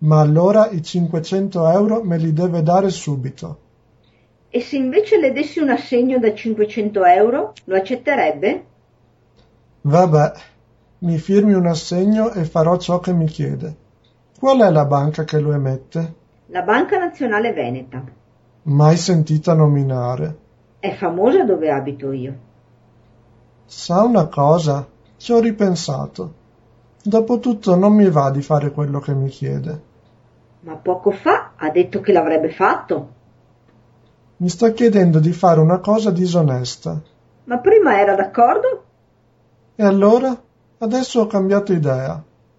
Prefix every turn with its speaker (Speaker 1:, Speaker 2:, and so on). Speaker 1: ma allora i cinquecento euro me li deve dare subito.
Speaker 2: E se invece le dessi un assegno da 500 euro, lo accetterebbe?
Speaker 1: Vabbè, mi firmi un assegno e farò ciò che mi chiede. Qual è la banca che lo emette?
Speaker 2: La Banca Nazionale Veneta.
Speaker 1: Mai sentita nominare.
Speaker 2: È famosa dove abito io.
Speaker 1: Sa una cosa? Ci ho ripensato. Dopotutto non mi va di fare quello che mi chiede.
Speaker 2: Ma poco fa ha detto che l'avrebbe fatto.
Speaker 1: Mi sta chiedendo di fare una cosa disonesta.
Speaker 2: Ma prima era d'accordo?
Speaker 1: E allora? Adesso ho cambiato idea.